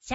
シ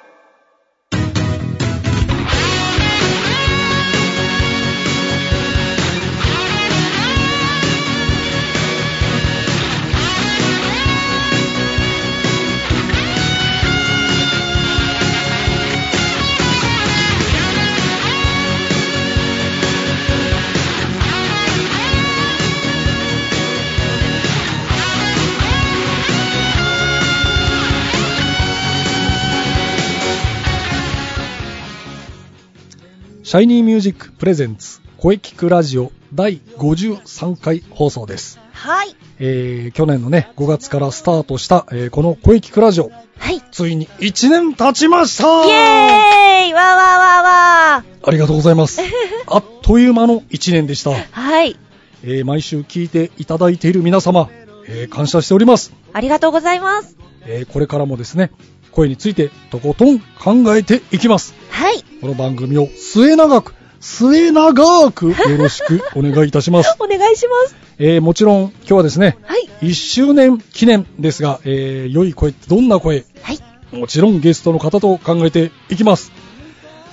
シャイニーミュージックプレゼンツ声聞くラジオ第53回放送です。はい。えー、去年のね、5月からスタートした、えーこの声聞くラジオ、はい。イついに1年経ちましたェーイわーわーわーわー。ありがとうござ います。あっという間の1年でした。はい。えー毎週聞いていただいている皆様、えー感謝しております。ありがとうございます。えーこれからもですね、声についてとことん考えていきます。はい。この番組を末永く、末永くよろしくお願いい たします。 お願いします。えーもちろん今日はですね、はい。 1周年記念ですが、えー良い声ってどんな声はい。もちろんゲストの方と考えていきます。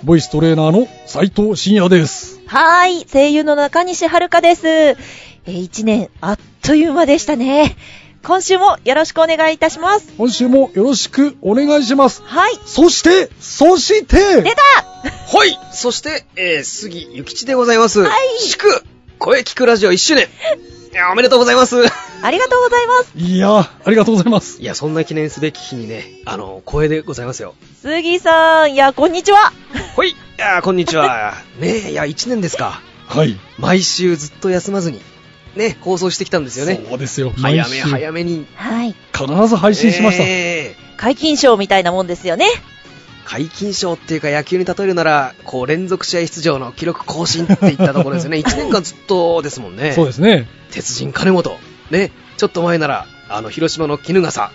ボイストレーナーの斉藤慎也です。はーい。声優の中西遥です。えー、一年、あっという間でしたね。今週もよろしくお願いいたします。今週もよろしくお願いします。はい。そして、そして、出たはいそして、えー、杉ゆきちでございます。はい祝、声聞くラジオ1周年いや、おめでと うございますありがとうございます。いやー、ありがとうございます。いや、そんな記念すべき日にね、あの、光栄でございますよ。杉さん、いや、こんにちは。ほいいやー、こんにちは。 ねえ、いや、1年ですか。はい。毎週ずっと休まずに、ね、放送してきたんですよね。そうですよ。早め毎週早めに。はい。必ず配信しました。えー解禁賞みたいなもんですよね。解禁賞っていうか野球に例えるなら、こう連続試合出場の記録更新っていったところですよね。1年 間ずっとですもんね。そうですね。鉄人金本。ね。ちょっと前なら、あの、広島の絹笠。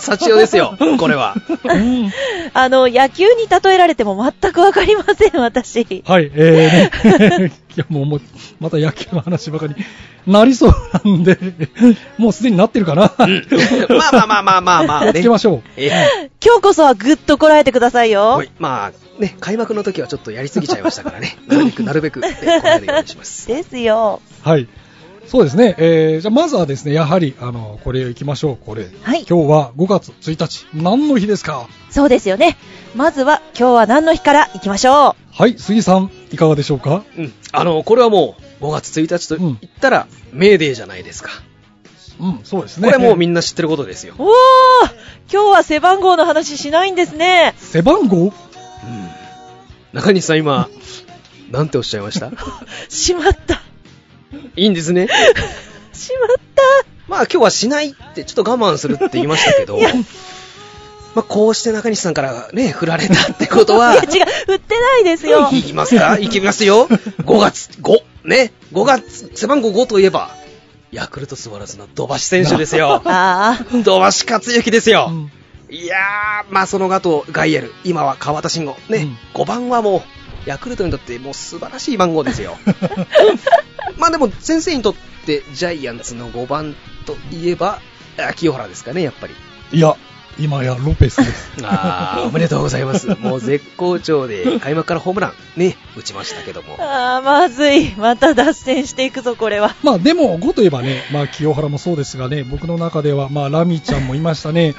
幸代ですよ。これ は。うんあの、野球に例えられても全くわかりません、私。はい、えー、 ね、いやもうもう、また野球の話ばかりなりそうなんで、 もうすでになってるかな。ま あまあまあまあまあまあやっねつけ。ましょえ今日こそはぐっとこらえてくださいーよほい。まあ、ね、開幕の時はちょっとやりすぎちゃいましたからね。なるべく、なるべく、ね、こうなるようにします。ですよ。う。はい。そうですね。えー、じゃあまずはですね、やはり、あの、これ行きましょう、これ。はい。今日は5月1日、何の日ですかそうですよね。まずは今日は何の日から行きましょう。はい、杉さん、いかがでしょうかうん。あの、これはもう、5月1日と言ったら、メーデーじゃないですか。うん、そうですこれはもうみんな知ってることですよ。おー今日は背番号の話しないんですね。背番号うん中西さん今、なんておっしゃいま したしまった。いいんですね。しまっまあ今日はしないって、ちょっと我慢するって言いましたけど いや、まあこうして中西さんからね、振られたってこ とは、た。いや、違う。売ってないですよ。。いきますかいきますよ。5月、5、ね、5月、背番号5といえば、ヤクルトスワローズの土橋選手ですよ あ土橋克之ですよ。うんいやー、まあその後、ガイエル、今は川田慎吾、ね、5番はもう、ヤクルトにとってもう素晴らしい番号です よ。まあでも、先生にとってジャイアンツの5番といえば、あ清原ですかね、やっぱり。いや、今やロペス です。あー、おめでとうございます。 もう絶好調で、開幕からホームラン、ね、打ちましたけどもあ。。あーまずい。また脱線していくぞ、これは。まあでも5といえばね、まあ清原もそうですがね、僕の中ではまあラミちゃんもいましたね。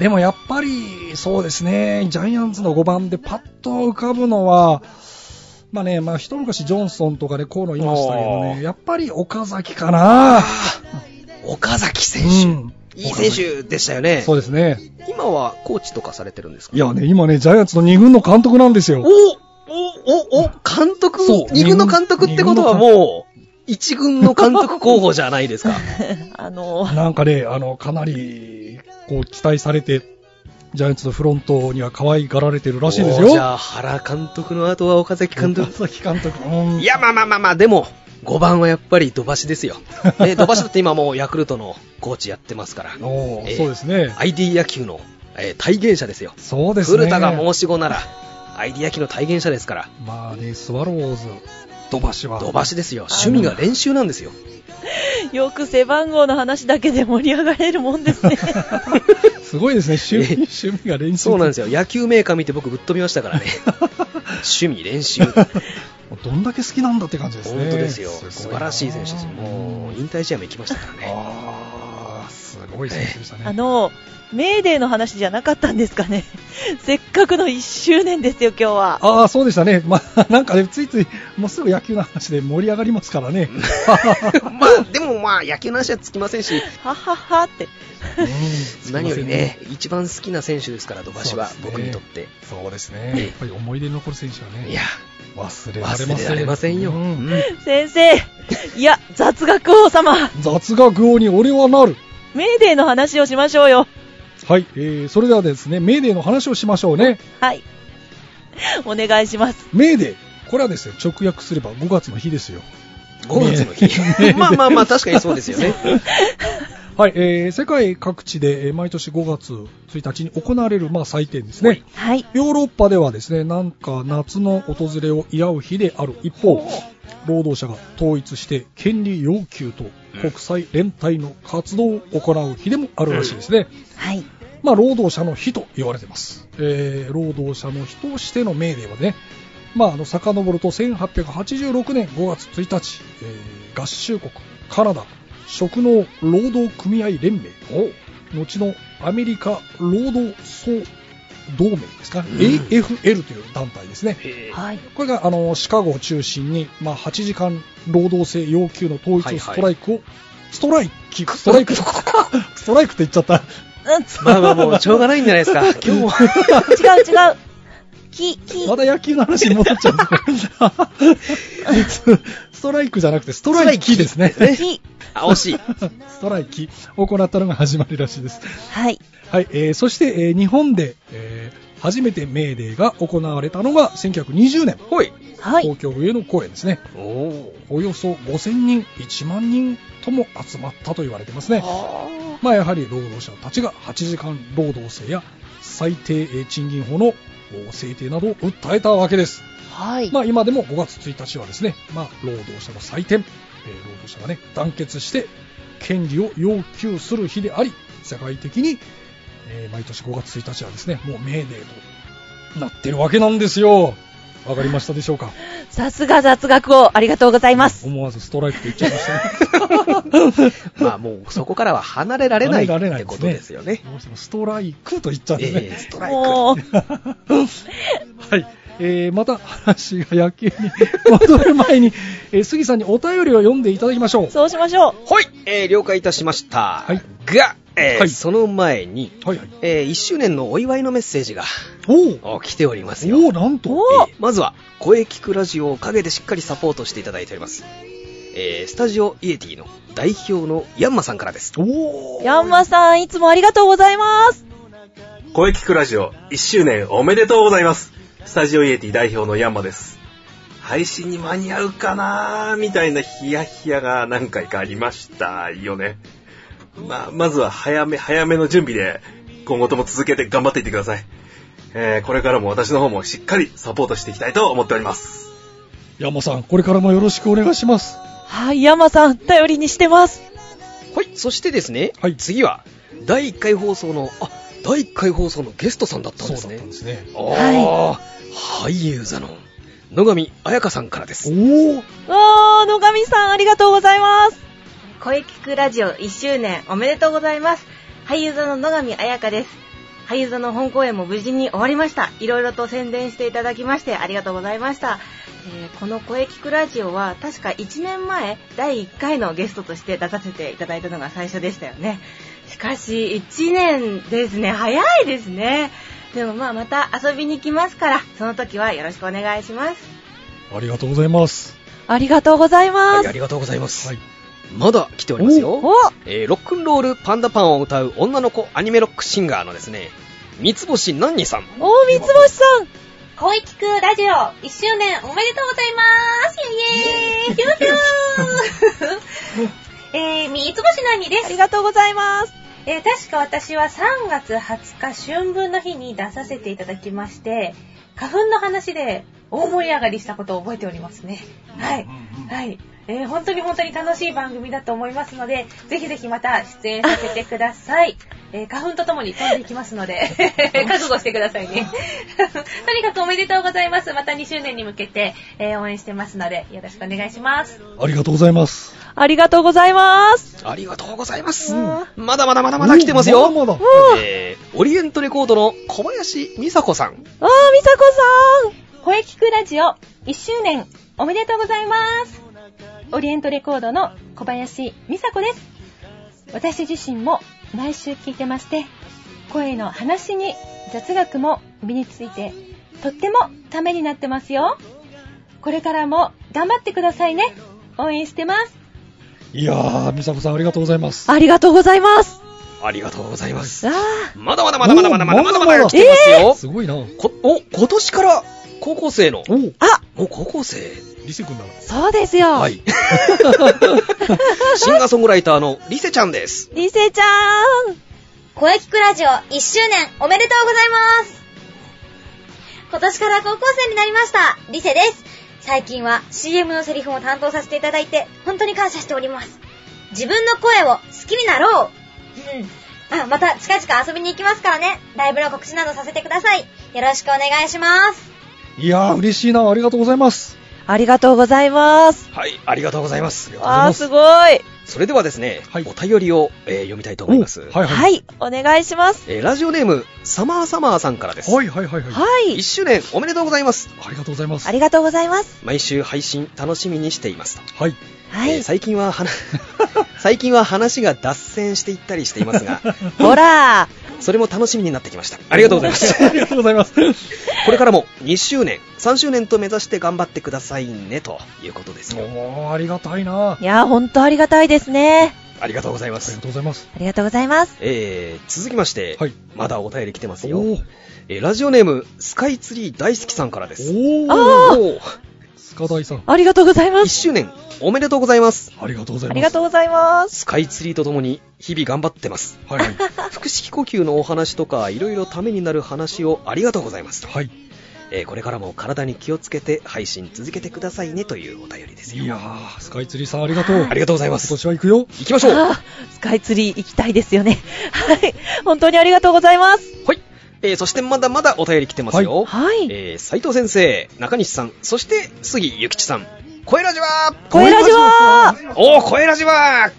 でもやっぱりそうですね、ジャイアンツの5番でパッと浮かぶのは、まあね、まあ一昔ジョンソンとかでこうのいましたけどおーね、やっぱり岡崎かな岡崎選うん。手、いい選手でしたよね。そうですね。今はコーチとかされてるんですかいやね、今ね、ジャイアンツの2軍の監督なんですよお。お、お、お、監督そう、二軍の監督ってことはもう、一軍の監督候補じゃないですか。あの、なんかね、あの、かなり、こう期待されて、ジャイアンツのフロントには可愛がられて るらしいでおすーよ。じゃあ、原監督の後は岡崎監督 岡。崎監督。うんいや、まあまあまあまあ、でも、5番はやっぱり土橋です よ。ね、土橋だって今もうヤクルトのコーチやってますから。おーえーそうですね。 ID 野球の、えー体現者ですよ。そうですね。古田が申し子なら、ID 野球の体現者ですから。まあね、スワローズ、土橋は。土橋ですよ。趣味が練習なん ですよ。よく背番号の話だけで盛り上がれるもんですね。すご いですね、趣味趣味が練習そうなんですよ。よ。野球メーカー見て僕ぶっ飛びました からね。趣味練習。本どんだけ好きなんだって感じですね。当ですよ。ごな素晴らしい選手ですよ。もう、引退試合も行きましたからね。ああ、すごい選手でした ね。あの、メーデーの話じゃなかったんですかね。 せっかくの1周年ですよ、今日は。ああ、そうでしたね。まあ、なんかね、ついつい、もうすぐ野球の話で盛り上がりますからね。まあ、でもまあ、野球の話はつきませんし、はははって。 何よりね、一番好きな選手ですから、土橋はそうです、ね僕にとって。そうですね。やっぱり思い出に残る選手はいね、や、忘れられません。忘れられませんよ。ううん先生、いや、雑学王様、雑学王に俺はなる。メーデーの話をしましょうよ。はい、えー、それではですね、メーデーの話をしましょうね。はい。 お願いします。メーデー。これはですね、直訳すれば5月の日ですよ。 5月の日。 まあまあまあ、確かにそうですよね。はい、えー、世界各地で、えー毎年5月1日に行われる、まあ、祭典ですね。はい。ヨーロッパではですね、なんか夏の訪れを祝う日である一方、労働者が統一して権利要求と国際連帯の活動を行う日でもあるらしいですね。はい。まあ、労働者の日と言われています。えー労働者の日としての命令はね、まあ、あの、遡ると1886年5月1日、えー合衆国、カナダ、職能労働組合連盟、後のアメリカ労働総同盟ですか、AFL という団体ですね。へーはい。これがあのシカゴを中心に、まあ、8時間労働制要求の統一をストライクを、ストライキ、ストライク、ストライクって言っちゃった。 うん、 まあまあ、もう、しょうがないんじゃないですか。 今日は。違う違う。き、き、また野球の話に戻っちゃ うんですねストライクじゃなくてストライキですね。き。あ、惜しい。ストライキを行ったのが始まりらしいです。はい。はい、えーそして、えー日本で、えー初めてメーデーが行われたのが1920年、ほい。はい。東京上野公園ですね。おお。およそ5000人、1万人とも集まったと言われてますね。はまあ、やはり労働者たちが8時間労働制や最低えー賃金法のお制定などを訴えたわけです、い。まあ、今でも5月1日はですね、まあ、労働者の祭典、えー労働者がね団結して権利を要求する日であり世界的に、えー毎年5月1日はですねもうメーデーとなってるわけなんですよわかりましたでしょうかさすが雑学王、ありがとうございます。思わずストライクと言っちゃいました ねまあもうそこからは離れられないっ離れられないてことですよね。どうしてもストライクと言っちゃうんですね、ええストライク。も う、 はい。えー、また話が野球に戻る前に、えー杉さんにお便りを読んでいただきましょう。そうしましょう。ほい、えー了解いたしました。はいが、えーはいその前に、はいはい。え1周年のお祝いのメッセージがおおお来ておりますよ。おおなんとおえーまずは、声聞くラジオを陰でしっかりサポートしていただいております。えースタジオイエティの代表のヤンマさんからです。おおヤンマさん、いつもありがとうございます。声聞くラジオ1周年おめでとうございます。スタジオイエティ代表のヤンマです。配信に間に合うかなーみたいなヒヤヒヤが何回かありましたよね。まあ、まずは早め早めの準備で今後とも続けて頑張っていってください。えー、これからも私の方もしっかりサポートしていきたいと思っております。ヤンマさん、これからもよろしくお願いします。はい、ヤンマさん、頼りにしてます。はい、そしてですね、はい次は、第1回放送の、あ、第1回放送のゲストさんだったんそうでだっすたね。んですね。ああ、俳優座の野上彩香さんからです。おおわー、野上さん、ありがとうございます。声聞くラジオ1周年おめでとうございます。俳優座の野上彩香です。俳優座の本公演も無事に終わりました。いろいろと宣伝していただきましてありがとうございました。えーこの声聞くラジオは確か1年前第1回のゲストとして出させていただいたのが最初でしたよね。しかし1年ですね。早いですね。でもまあまた遊びに来ますから、その時はよろしくお願いします。ありがとうございます。ありがとうございまはい、あす。りがとうございます。はい。まだ来ておりますよ。おえーロックンロールパンダパンを歌う女の子アニメロックシンガーのですね、三つ星なんにさん。お三つ星さん声聞くラジオ1周年おめでとうございますイェイイェーイヒュー ヒューえー、三つ星なにであすり。がとうございます。えー、確か私は3月20日春分の日に出させていただきまして、花粉の話で大盛り上がりしたことを覚えておりますね。はい。はい。えー本当に本当に楽しい番組だと思いますので、ぜひぜひまた出演させてください。えー花粉とともに飛んでいきますので、覚悟してくださいね。 とにかくおめでとうございます。また2周年に向けて、えー応援してますので、よろしくお願いします。ありがとうございます。ありがとうございます。ありがとうございます。まだまだまだまだ来てますよ。まだまだえーオリエントレコードの小林美佐子さあん。ー、みさこさん。声聞くラジオ1周年おめでとうございます。オリエントレコードの小林美佐子です。私自身も毎週聞いてまして、声の話に雑学も身について、とってもためになってますよ。これからも頑張ってくださいね。応援してます。いやー、美佐子さんありがとうございます。ありがとうございます。ありがとうございます。あまだまだまだまだまだまだまだまおだー来てますすよ。ごいな。おこお、今年から高校生の。お、あ、もう高校生。リセ君だな。あ、そうですよ。はい。 シンガーソングライターのリセちゃんです。リセちゃん。声聞くラジオ1周年おめでとうございます今年から高校生になりましたリセです最近は CM のセリフも担当させていただいて本当に感謝しております自分の声を好きになろううんあまた近々遊びに行きますからねライブの告知などさせてくださいよろしくお願いしますいやー、嬉しいな。ありがとうございます。ありがとうございます。はい、ありがとうございます。わー、すごい。それではですね、はいお便りを、えー読みたいと思います。おはいは。はいい、お願いします。えーラジオネーム、サマーサマーさんからです。はいはいはいはい。はい1。周年おめでとうございます。ありがとうございます。ありがとうございます。毎週配信楽しみにしていますと。はい。はえーい。最近は話、 最近は話が脱線していったりしています が、ほら、それも楽しみになってきました。ありがとうございます。 ありがとうございます。 これからも2周年、3周年と目指して頑張ってくださいね、ということですよ。おー、ありがたいな。あいやー、ほんとありがたいですね。ありがとうございまりすが。とうございます。ありがとうございます。えー、続きまして、はいまだお便り来てますおよー。えーラジオネーム、スカイツリー大好きさんからです。おー、あおースカダイさん。ありがとうございま1す。周年、おめでとうございます。ありがとうございあます。りがとうございます。スカイツリーとともに、日々頑張ってます。う。はいはい。 腹式呼吸のお話とか、いろいろためになる話をありがとうございます。はい。えーこれからも体に気をつけて、配信続けてくださいね、というお便りですよ。いやー、スカイツリーさんありがとう。ありがとうございます今年は行くよ。行きましょうあースカイツリー行きたいですよね。はい。本当にありがとうございます。はい。えーそしてまだまだお便り来てますよ。はい。えー斉藤先生、中西さん、そして杉ゆきちさん。声ラジは声ラジはおー、声ラジは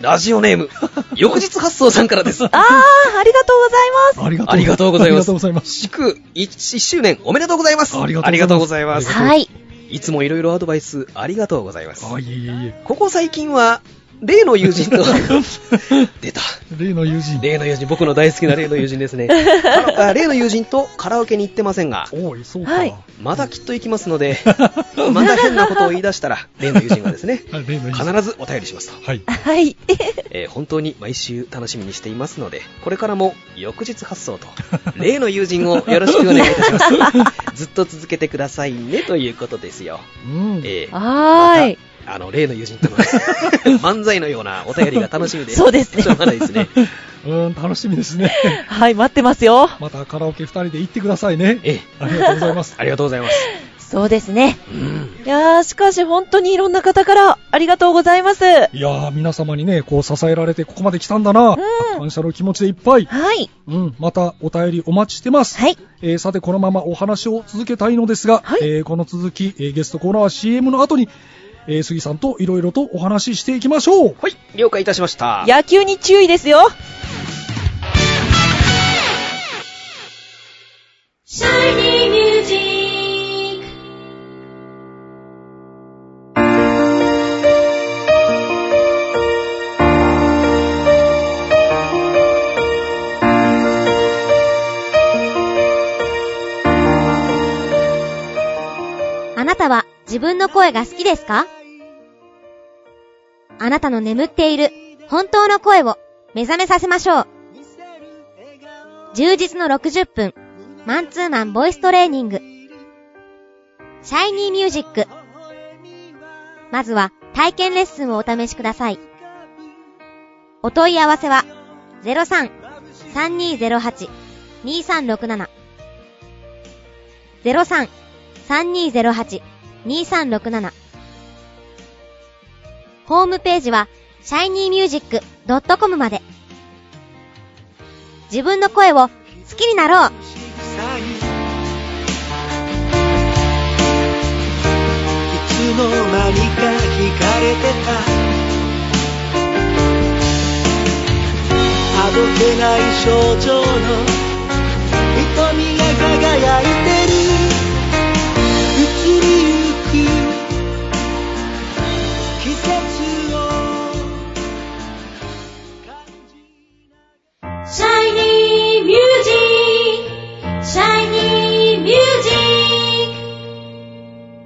ラジオネ ーム、翌日発送さんからです。あー、ありがとうございます。ありがとう。ありがとうございます ありがとうございます。祝 1, 周年おめでとうございます。ありがとうございますございます。ありがとうはいいつもいろいろアドバイスありがとうございます。あ、いえいえいえ。ここ最近は、例の友 人と、出た。例の友人。例の友人、僕の大好きな例の友人ですね。あ例の友人とカラオケに行ってませんが、おい、そうか。はいまだきっと行きますので、 まだ変なことを言い出したら、例の友人はです ね、あ例の友人。必ずお便りしますと。はい。はい。えー本当に毎週楽しみにしていますので、これからも翌日発送と、例の友人をよろしくお願いいたし ます。ずっと続けてくださいねということですよ。うん。えーはーい。またあの、例の 友人との漫才のようなお便りが楽しみで。そうですねしょうがないですね。 うーん、楽しみですね。はい、待ってますよ。またカラオケ二人で行ってくださいね。ええ ありがとうございます。ありがとうございます。そうですね。うん。いやー、しかし本当にいろんな方からありがとうございます。はいやー、皆様にね、こう支えられてここまで来たんだな。ん感謝の気持ちでいっぱい。い。うん、またお便りお待ちしてます。はい。えーさて、このままお話を続けたいのですが、はいえーこの続き、えーゲストコーナーは CM の後に、えー杉さんといろいろとお話ししていきましょう。はい、了解いたしました。野球に注意ですよ。あなたは自分の声が好きですかあなたの眠っている本当の声を目覚めさせましょう。充実の60分、マンツーマンボイストレーニング。シャイニーミュージック。まずは体験レッスンをお試しください。お問い合わせは03-3208-2367 03-3208-2367ホームページは shinymusic.com まで。自分の声を好きになろうシャイニーミュージックシャイニーミュージッ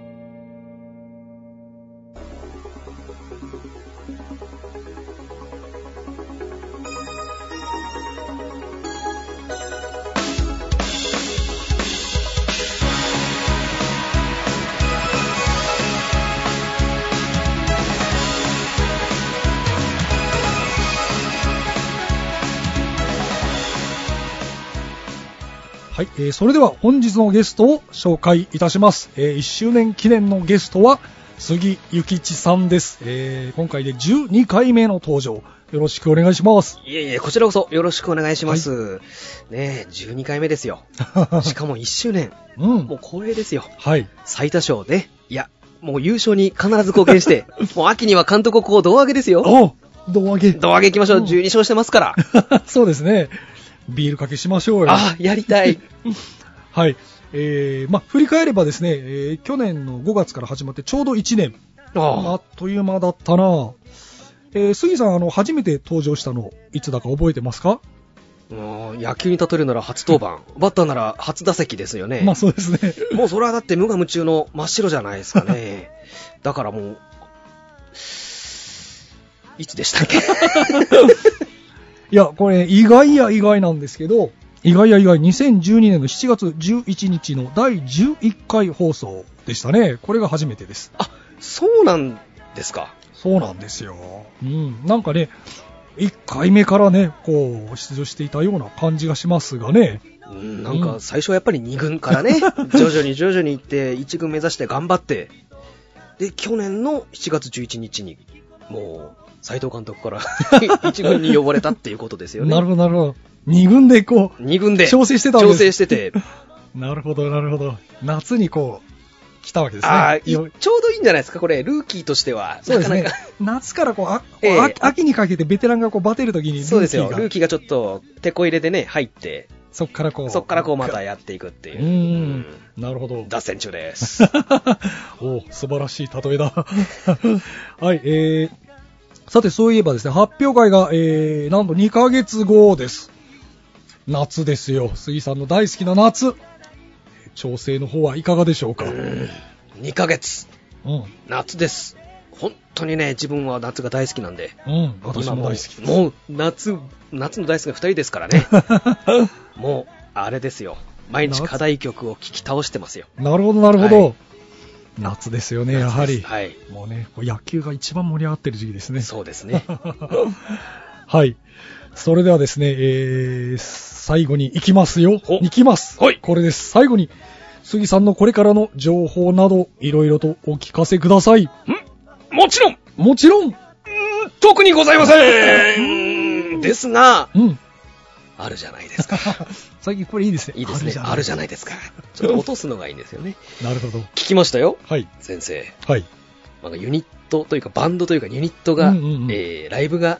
はい、えーそれでは本日のゲストを紹介いたします、え1周年記念のゲストは杉ゆきちさんです、えー今回で12回目の登場よろしくお願い しますいえいえ、こちらこそよろしくお願いします。ねえ、12回目ですよ。しかも1周年。うんもう光栄ですよ。はい最多勝ね。いや、もう優勝に必ず貢献 して、もう秋には監督をこう胴上げですよ。お胴上げ胴上げ行きましょう。12勝してますから。 そうですねビールかけしましょうよあ、やりたい。はい。えー、まあ、振り返ればですね、えー去年の5月から始まってちょうど1年。あああっという間だったなえー、杉さん、あの、初めて登場したの、いつだか覚えてますか、もう野球に例えるなら初登板、バッターなら初打席ですよね。まあ、そうですね。もうそれはだって無我夢中の真っ白じゃないですか ね。だからもう、いつでしたっけ いや、これ、意外や意外なんですけど、意外や意外、2012年の7月11日の第11回放送でしたね。これが初めてです。あ、そうなんですか。そうなんですよ。うん。なんかね、1回目からね、こう、出場していたような感じがしますがね。うんなんか最初はやっぱり2軍からね、 徐々に徐々に行って、1軍目指して頑張って、で、去年の7月11日に、もう、斎藤監督から 1軍に呼ばれたっていうことですよね。なるほど、なるほど。二軍で行こ2軍で調整してたんです調整してて、 う。なるほど、なるほど。夏にこう、来たわけですね。ああ、いちょようどいいんじゃないですか、これ、ルーキーとしては。そうですなねかなか。夏からこう、あこうええ秋秋にかけてベテランがこうバテるときにルーキーが、そうですよ、ルーキーがちょっと、手こ入れでね、入って、そっからこう。そっからこうまたやっていくっていうう。ん。なるほど。脱線中 です。おお素晴らしい例えだ。 はい、えー、さて、そういえばですね、発表会が、えー、なんと2ヶ月後です。夏ですよ。杉さんの大好きな夏。調整の方はいかがでしょうか2ヶ月、うん。夏です。本当にね、自分は夏が大好きなんで。うん、私も大好き。今もうもう夏、夏の大好きな2人ですから ね。もう、あれですよ。毎日課題曲を聴き倒してますよ。なるほど、なるほど。はい夏ですよね、やはり。はい。もうね、こう野球が一番盛り上がってる時期ですね。そうですね。 はい。それではですね、えー、最後に行きますよ。お行きます。はいこれです。最後に、杉さんのこれからの情報など、いろいろとお聞かせください。 もちろん、もちろん、特にございませんですが、うん。あるじゃないです か。最近これいいですね。いいですね。あるじゃないですか。ちょっと落とすのがいいんですよね。ない。なるほど。 聞きましたよ、はい。先生。はい。なんかユニットというか、バンドというか、ユニットが、うんうんうんえーライブが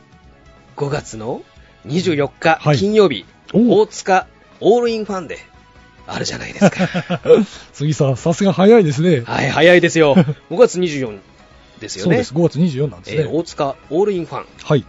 5月の24日、はい金曜日、お 大塚オールインファンであるじゃないですか。 杉さん、さすが早いですね。はい、早いですよ。5月24ですよそうでねす。。5月24なんですえね。ー大塚オールインファン、はい。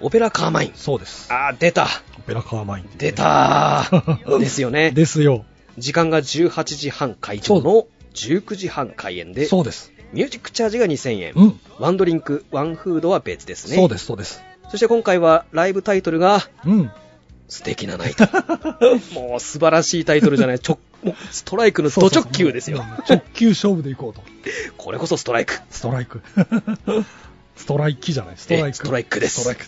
オペラカーマイン。そうです。あー、出た。オペラカーマイン。出た ー。ですよね。ですよ。時間が18時半開場の19時半開演で、そうです。ミュージックチャージが2000円。うん。ワンドリンク、ワンフードは別ですね。そうです、そうです。そして今回はライブタイトルが、うん。素敵なナ イト。もう素晴らしいタイトルじゃない。ちょもうストライクのド直球ですよ。直球勝負でいこうと。これこそストライク。ストラ イク。ストライキじゃない、ストライえク。ストライクです。ストライク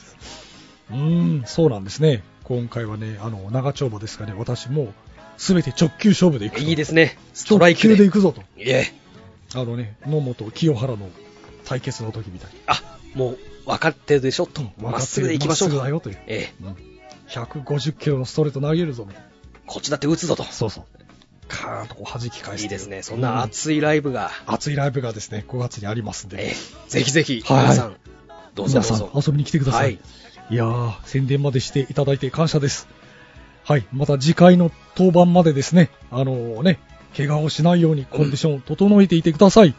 うーん、そうなんですね。今回はね、あの、長丁場ですかね、私も、すべて直球勝負でいくと。。いいですすね。ストラ直イク球でで。いくぞと。いえ、あのね、野本清原の対決の時みたいに。あ、もう分かってるでしょと。まっすぐで行きましょうまっとすぐだ。よという。ええ、うん150キロのストレート投げるぞ、みたいなこっちだって打つぞと。そうそう。カーンとこう弾き返して。いいですね。そんな熱いライブが、熱いライブがですね、5月にありますんで。ええ、ぜひぜひ、はい皆さん、どうぞ皆どさうんぞ。遊びに来てください。はいい、やー、宣伝までしていただいて感謝です。はい、また次回の登板までですね、あのね、怪我をしないようにコンディションを整えていてください。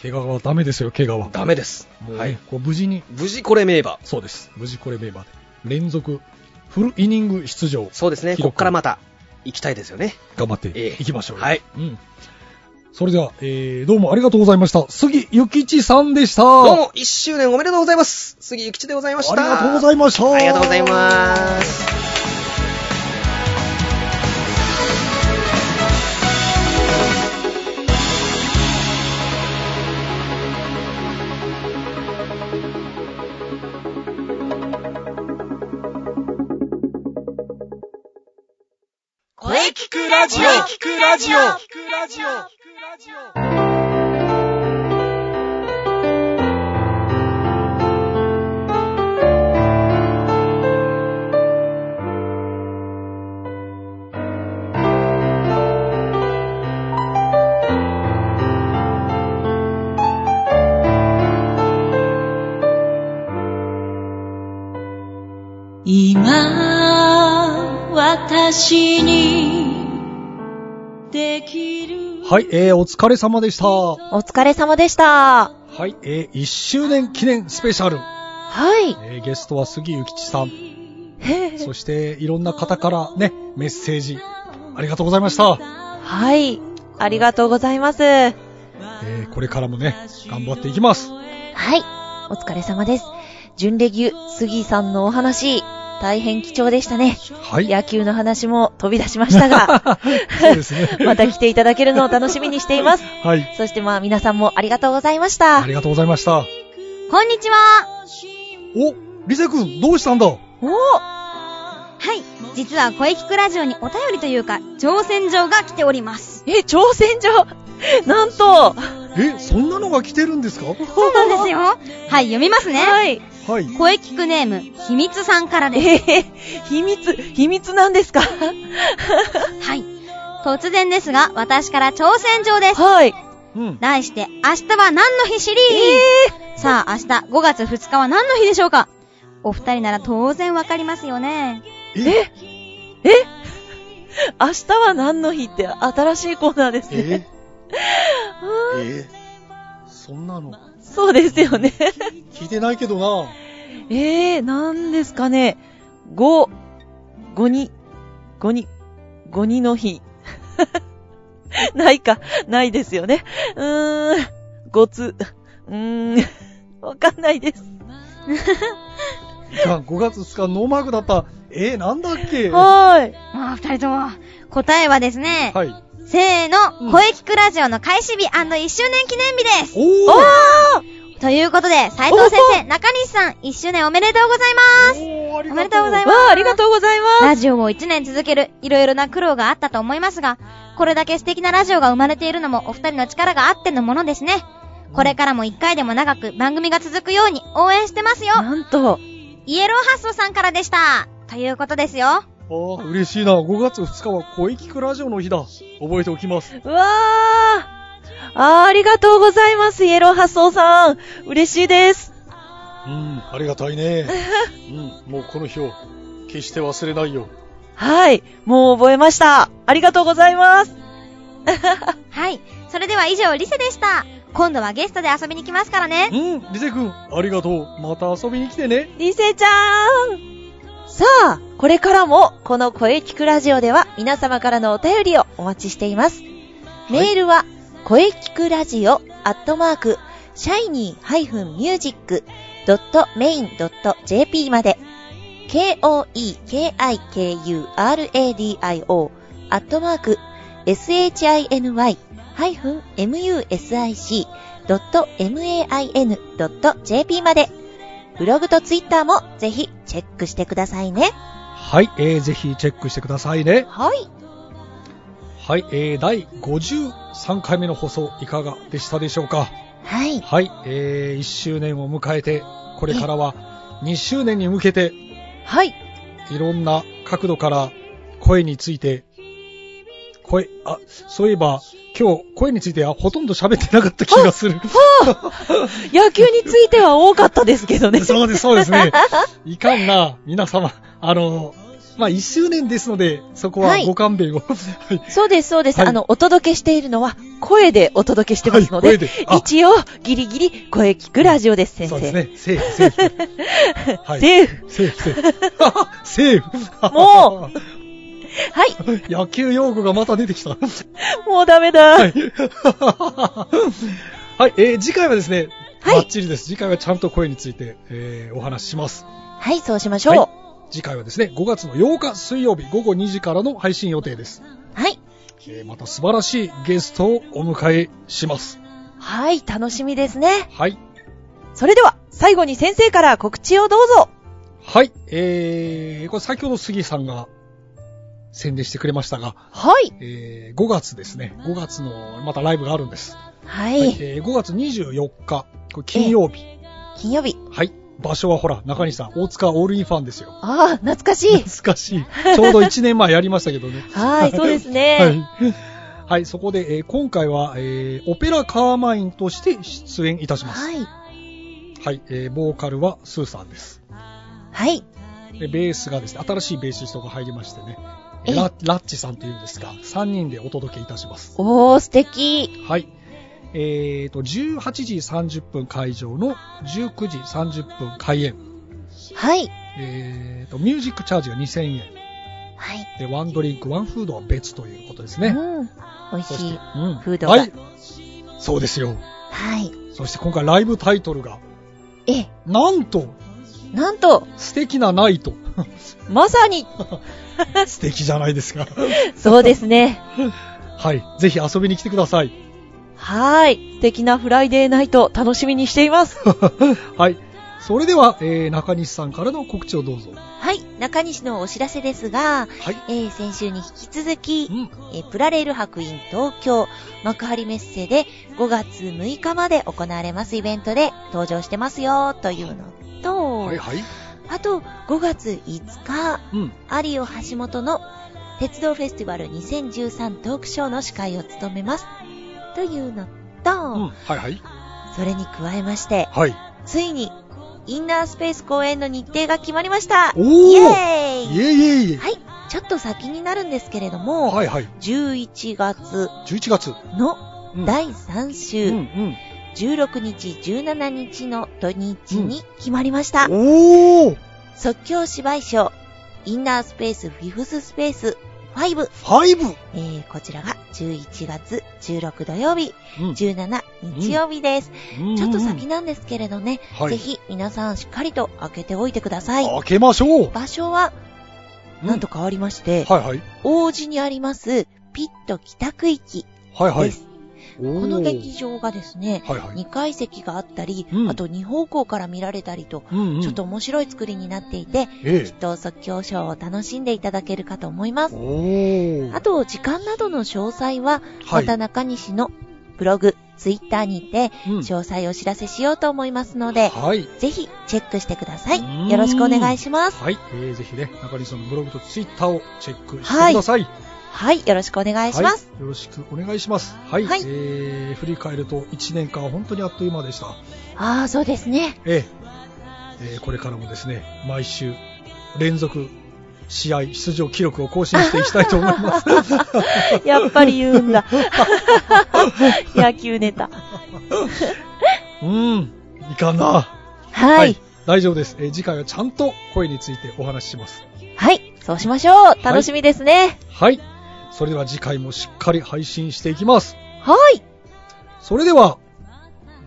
怪我はダメですよ、怪我は。ダメです。もうねはい。こう無事に、無事これ名馬。そうです。無事これメンバーで。連続、フルイニング出場。そうですね。記こ録っからまた、行きたいですよね。頑張ってええいきましょうよ。はい。うん。それでは、えー、どうもありがとうございました。杉ゆきちさんでした。どうも、1周年おめでとうございます。杉ゆきちでございました。ありがとうございました。ありがとうございます。声聞くラジオ聞くラジオ今私にできるはい、えー、お疲れ様でした。はお疲れ様でした。い、えー、1周年記念スペシャル。はい。えー、ゲストは杉ゆきちさん。へへそして、いろんな方からね、メッセージ、ありがとうございました。はい。ありがとうございます。はい。えー、これからもね、頑張っていきます。お疲れ様です。準レギュ、杉さんのお話、大変貴重でしたね。はい。野球の話も飛び出しましたが、 そうです ね。また来ていただけるのを楽しみにしています。はい。そしてまあ皆さんもありがとうございましあた。りがとうございました。こんにちはお、リセ君、どうしたんだおーはい、実は声聞くラジオにお便りというか、挑戦状が来ております。え、挑戦状なんとえ、そんなのが来てるんですかそうなんですよ。はい、読みますね。はい。はい。声聞くネーム、秘密さんからえです。ー、秘密、秘密なんですかはい。突然ですが、私から挑戦状です。はい。うん。題して、明日は何の日シリーズ、さあ、明日5月2日は何の日でしょうかお二人なら当然わかりますよね。ええ明日は何の日って新しいコーナーですね。ええそんなの、そうですよね。聞いてないけどな。えー、なんですかね。5、5に、5に、5にの日。 ないか、ないですよね。うーん、5つ、うーん、わかんないです。いかん5月2日ノーマークだった。えー、なんだっけははーい。まあ、二人とも。答えはですい。ね、せーうんの、声聞くラジオの開始日 &1 周年記念日です。おおーーということで、斉藤先生、中西さん、1周年おめでとうございます。おーありおめでとうございわます。あ、ありがとうございます。ラジオを1年続ける、いろいろな苦労があったと思いますが、これだけ素敵なラジオが生まれているのもお二人の力があってのものですね。これからも一回でも長く番組が続くように応援してますよ。なんと、イエローハッソさんからでした。ということですよ。あー嬉しいな。5月2日は声聞くラジオの日だ。覚えておきます。うわあ、あーありがとうございます、イエローハソーさん。嬉しいです。うん、ありがたい ね。うん、もうこの日を決して忘れないよ。はい、もう覚えました。ありがとうございます。はい。それでは以上、リセでした。今度はゲストで遊びに来ますからね。うん、リゼ君、ありがとう。また遊びに来てね。リセちゃんさあ、これからも、この声聞くラジオでは、皆様からのお便りをお待ちしています。メールは、声聞くラジオ、アットマーク、shiny-music.main.jp まで、k-o-e-k-i-k-u-r-a-d-i-o、アットマーク、shiny-music.main.jp まで、ブログとツイッターもぜひチェックしてくださいね。はい、えー、ぜひチェックしてくださいね。はい。はい、えー、第53回目の放送いかがでしたでしょうかはい。はい、えー、1周年を迎えて、これからは2周年に向けて、はい。いろんな角度から声について、声、あ、そういえば、今日声についてはほとんど喋ってなかった気 がする。。野球については多かったですけどね そうです、そうですね。いかんな、皆様。あの、まあ、1周年ですので、そこははいご 勘弁を。はい。 そうです、そうです。はいあの、お届けしているのは、声でお届けしてますのはいで、声であ一応、ギリギリ声聞くラジオです、先そ生。うですね。セーフ、セーフ。はい。セーフ。セーフ、セーフ。セーフ。も はい。う 野球用語がまた出てきた。もうダメだ。はい。 はい、えー次回はですね、はいバッチリです。次回はちゃんと声について、えーお話しします。はい、そうしましょう。は次回はですね、5月の8日水曜日午後2時からの配信予定です。はい。えーまた素晴らしいゲストをお迎えします。はい、楽しみですね。はい。それでは、最後に先生から告知をどうぞ。はい、えー、これ先ほど杉さんが宣伝してくれましたが、はい。えー5月ですね、5月のまたライブがあるんです。ははいい。えー5月24日、これ金曜日。金曜日。はい。場所はほら、中西さん、大塚オールインファンですよ。ああ、懐かしい。懐かしい。ちょうど1年前やりましたけどね。はい、そうですはね。い。はい、そこで、えー今回は、えーオペラカーマインとして出演いたします。はい。はい、えーボーカルはスーさんです。はい。でベースがですね、新しいベーシストが入りましてね、ええーララッチさんというんですが、3人でお届けいたします。おー、素敵。はい。えーと、18時30分会場の19時30分開演。はい。えーと、ミュージックチャージが2000円。はい。で、ワンドリンク、ワンフードは別ということですうね。ん。美味そししてい。、うんフードがはい。そうですよ。はい。そして今回ライブタイトルが、え、なんと、なんと、素敵なナイト。 まさに、素敵じゃないですか。 そうですね。はい。ぜひ遊びに来てください。 はーい。素敵なフライデーナイト、楽しみにしています。はい。それでは、えー中西さんからの告知をどうぞ。はい、中西のお知らせですはが、い。えー先週に引き続きう、ん。えープラレール白院東京幕張メッセで5月6日まで行われますイベントで登場してますよというのと、はいはい。あと5月5日、うん。有リオ橋本の鉄道フェスティバル2013トークショーの司会を務めますというのと、うん。はいはい。それに加えまして、はい。ついにインナースペース公演の日程が決まりましたおイエーーイいえいえいえ。はい、ちょっと先になるんですけれども、はいはい。 11月11月。のうん第3週、うんうん。 16日、17日の土日に決まりました。おー即興芝居賞、インナースペース、フィフススペース、5、 !5! えー、こちらが11月16土曜日、うん17日曜日です。ちょっと先に、なんですけれどね、はいぜひ皆さんしっかりと開けておいてください。開けましょう場所は、なんと変わりまして、はいはい。王子にあります、ピット北区域はいはでいす。。ここの劇場がですね、はいはい。 2階席があったり、うんあと2方向から見られたりと、うんうんちょっと、面白い作りになっていて、えきえ。っと即興ショーを楽しんでいただけるかと思います。おーあと、時間などの詳細は、はまいた中西のブログ、ツイッターにて、うん詳細をお知らせしようと思いますので、はい。ぜひチェックしてくださうんい。よろしくお願いします。はい。えー、ぜひね、中西さんのブログとツイッターをチェックしてください。はい、よろしくお願いします。はい。よろしくお願いします。はい。はいえー、振り返ると1年間本当にあっという間でした。ああ、そうですね。 えええーこれからもですね、毎週連続試合出場記録を更新していきたいと思います。 やっぱり言うん だ。野球ネタ。うん。いかんな。は。はい大丈夫です。えー次回はちゃんと声についてお話しします。はい。そうしましょう。楽しみですね。はい。それでは次回もしっかり配信していきます。はい。それでは、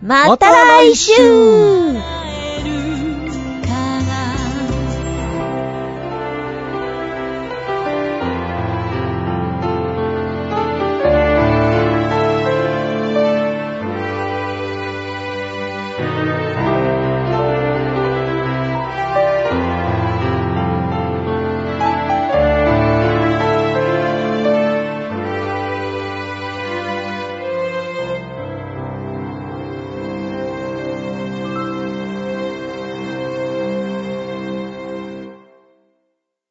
また来週